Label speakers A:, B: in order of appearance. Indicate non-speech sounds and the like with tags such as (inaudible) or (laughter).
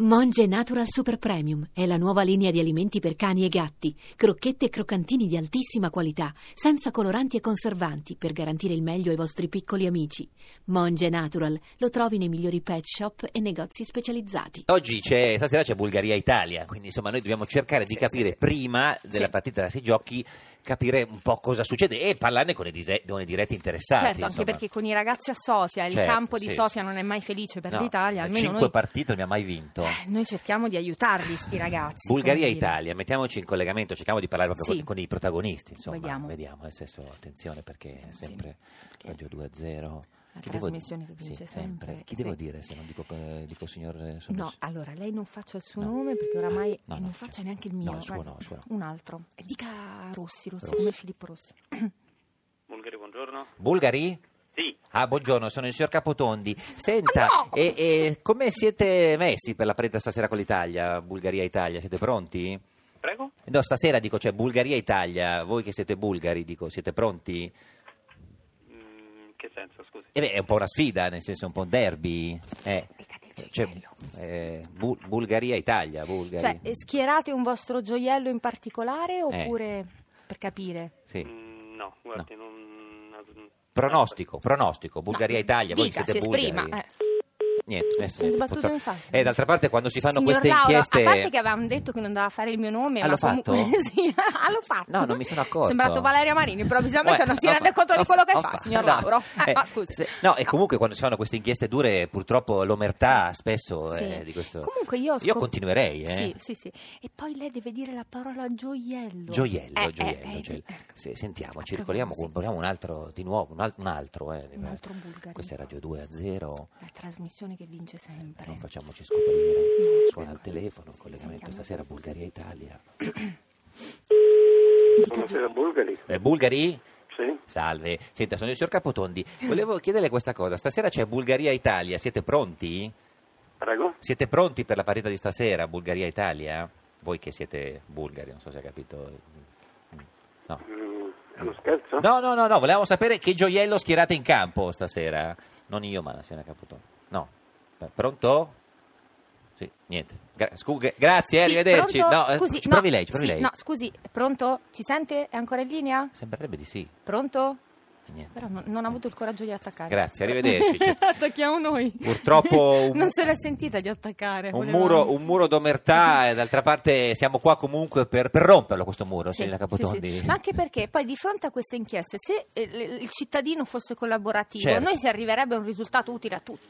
A: Monge Natural Super Premium è la nuova linea di alimenti per cani e gatti, crocchette e croccantini di altissima qualità, senza coloranti e conservanti, per garantire il meglio ai vostri piccoli amici. Monge Natural lo trovi nei migliori pet shop e negozi specializzati.
B: Oggi c'è, stasera c'è Bulgaria-Italia, quindi insomma noi dobbiamo cercare di
C: Sì,
B: capire
C: sì, sì.
B: prima della
C: Sì.
B: partita da sei giochi, capire un po' cosa succede e parlarne con i, dise- con i diretti interessati.
C: Certo, anche
B: insomma.
C: perché con i ragazzi a Sofia il
B: Certo,
C: campo di
B: sì,
C: Sofia
B: sì.
C: non è mai felice per
B: No, eh,
C: l'Italia, almeno
B: cinque
C: noi,
B: partite non abbiamo mai vinto.
C: noi cerchiamo di aiutarli, sti ragazzi. come dire.
B: Bulgaria-Italia, mettiamoci in collegamento, cerchiamo di parlare proprio
C: Sì.
B: con, con i protagonisti, insomma,
C: Vediamo.
B: nel senso, attenzione perché è
C: Sì,
B: sempre
C: perché
B: Radio 2 a 0.
C: la trasmissione che vince sempre,
B: Chi
C: sì.
B: devo dire se non dico, eh, dico signor eh, sono-
C: No, allora lei non faccia il suo
B: No.
C: nome perché oramai
B: No, no,
C: non
B: cioè-
C: faccia neanche il mio.
B: No, il suo
C: guarda,
B: no, il suo no.
C: Un altro. E Dica Rossi, Rossi,
B: Rossi.
C: come Filippo Rossi.
D: Bulgari, buongiorno.
B: Bulgari?
D: Sì,
B: Ah, buongiorno, sono il signor Capotondi. Senta,
C: Ah, no!
B: e, e come siete messi per la partita stasera con l'Italia, Bulgaria-Italia? Siete pronti?
D: prego.
B: No, stasera dico, cioè Bulgaria-Italia, voi che siete bulgari, dico, siete pronti?
D: Mm, in che senso, scusi?
B: Eh beh, è un po' una sfida, nel senso è un po' un derby. Eh,
C: Dica del
B: cioè,
C: gioiello.
B: eh, Bu- Bulgaria-Italia, Bulgari.
C: Cioè, eh, schierate un vostro gioiello in
B: Eh.
C: particolare oppure per capire?
B: Sì.
D: Mm, no, guardi, non...
B: Pronostico, pronostico, Bulgaria-Italia, voi
C: Ah, Dica,
B: siete
C: si
B: bulgari.
C: esprima. eh.
B: Niente, adesso
C: Mi
B: niente,
C: sono sbattuto
B: purtroppo-
C: in faccia.
B: Eh, d'altra parte quando si fanno
C: Signor
B: queste
C: Lauro,
B: inchieste...
C: A parte che avevamo detto che non doveva fare il mio nome,
B: Ah,
C: ma
B: l'ho
C: comunque-
B: fatto?
C: (laughs) sì, ah, l'ho fatto.
B: No, non mi sono accorto.
C: È sembrato Valeria Marini, improvvisamente
B: Eh,
C: non si
B: ho
C: rende
B: fa-
C: conto
B: ho
C: di quello che
B: ho
C: fa, signor
B: no,
C: Lauro. Eh,
B: eh,
C: ah, scusi.
B: se- no, e comunque quando si fanno queste inchieste dure, purtroppo l'omertà spesso
C: Sì.
B: è eh, di questo.
C: Comunque io, ho scop-
B: continuerei, eh.
C: Sì, sì, sì. E poi lei deve dire la parola gioiello.
B: Gioiello,
C: Eh, eh,
B: gioiello,
C: eh,
B: gioiello.
C: eh,
B: Se- sentiamo, ci
C: Ah,
B: ricordiamo,
C: sì.
B: proviamo un altro di nuovo, un, al- un altro, eh.
C: Un altro bulgaro.
B: Questa è Radio 2 a 0,
C: La trasmissione che vince sempre.
B: non facciamoci scoprire.
C: No,
B: Suona il telefono,
C: Sì,
B: collegamento
C: sentiamo.
B: stasera Bulgaria-Italia.
E: Buonasera Bulgari,
B: Eh, Bulgari?
E: sì,
B: Salve, senta, sono il signor Capotondi. Volevo chiederle questa cosa. Stasera c'è Bulgaria-Italia, siete pronti?
E: prego.
B: Siete pronti per la partita di stasera, Bulgaria-Italia? eh? Voi che siete bulgari, non so se ha capito. No.
E: Mm, è uno scherzo?
B: No, no, no, no, volevamo sapere che gioiello schierate in campo stasera. eh? Non io, ma la signora Capotondi. No. P- Pronto? Sì, niente. Gra- scu- gra- grazie, eh,
C: Sì,
B: arrivederci.
C: pronto?
B: No, eh,
C: Scusi,
B: ci provi
C: no,
B: lei, ci provi
C: sì,
B: lei.
C: No, scusi, pronto? Ci sente? È ancora in linea?
B: Sembrerebbe di sì.
C: Pronto?
B: E Niente.
C: Però non, non ha avuto il coraggio di attaccare.
B: Grazie,
C: (laughs)
B: arrivederci. Cioè,
C: Attacchiamo noi.
B: Purtroppo un-
C: non se l'è sentita di attaccare.
B: Un
C: volevamo- (laughs)
B: muro, un muro d'omertà, e d'altra parte siamo qua comunque per, per romperlo questo muro,
C: Sì,
B: signora
C: sì,
B: Capotondi.
C: sì. Ma anche perché poi di fronte a queste inchieste, se eh, l- il cittadino fosse collaborativo,
B: Certo.
C: noi si arriverebbe a un risultato utile a tutti.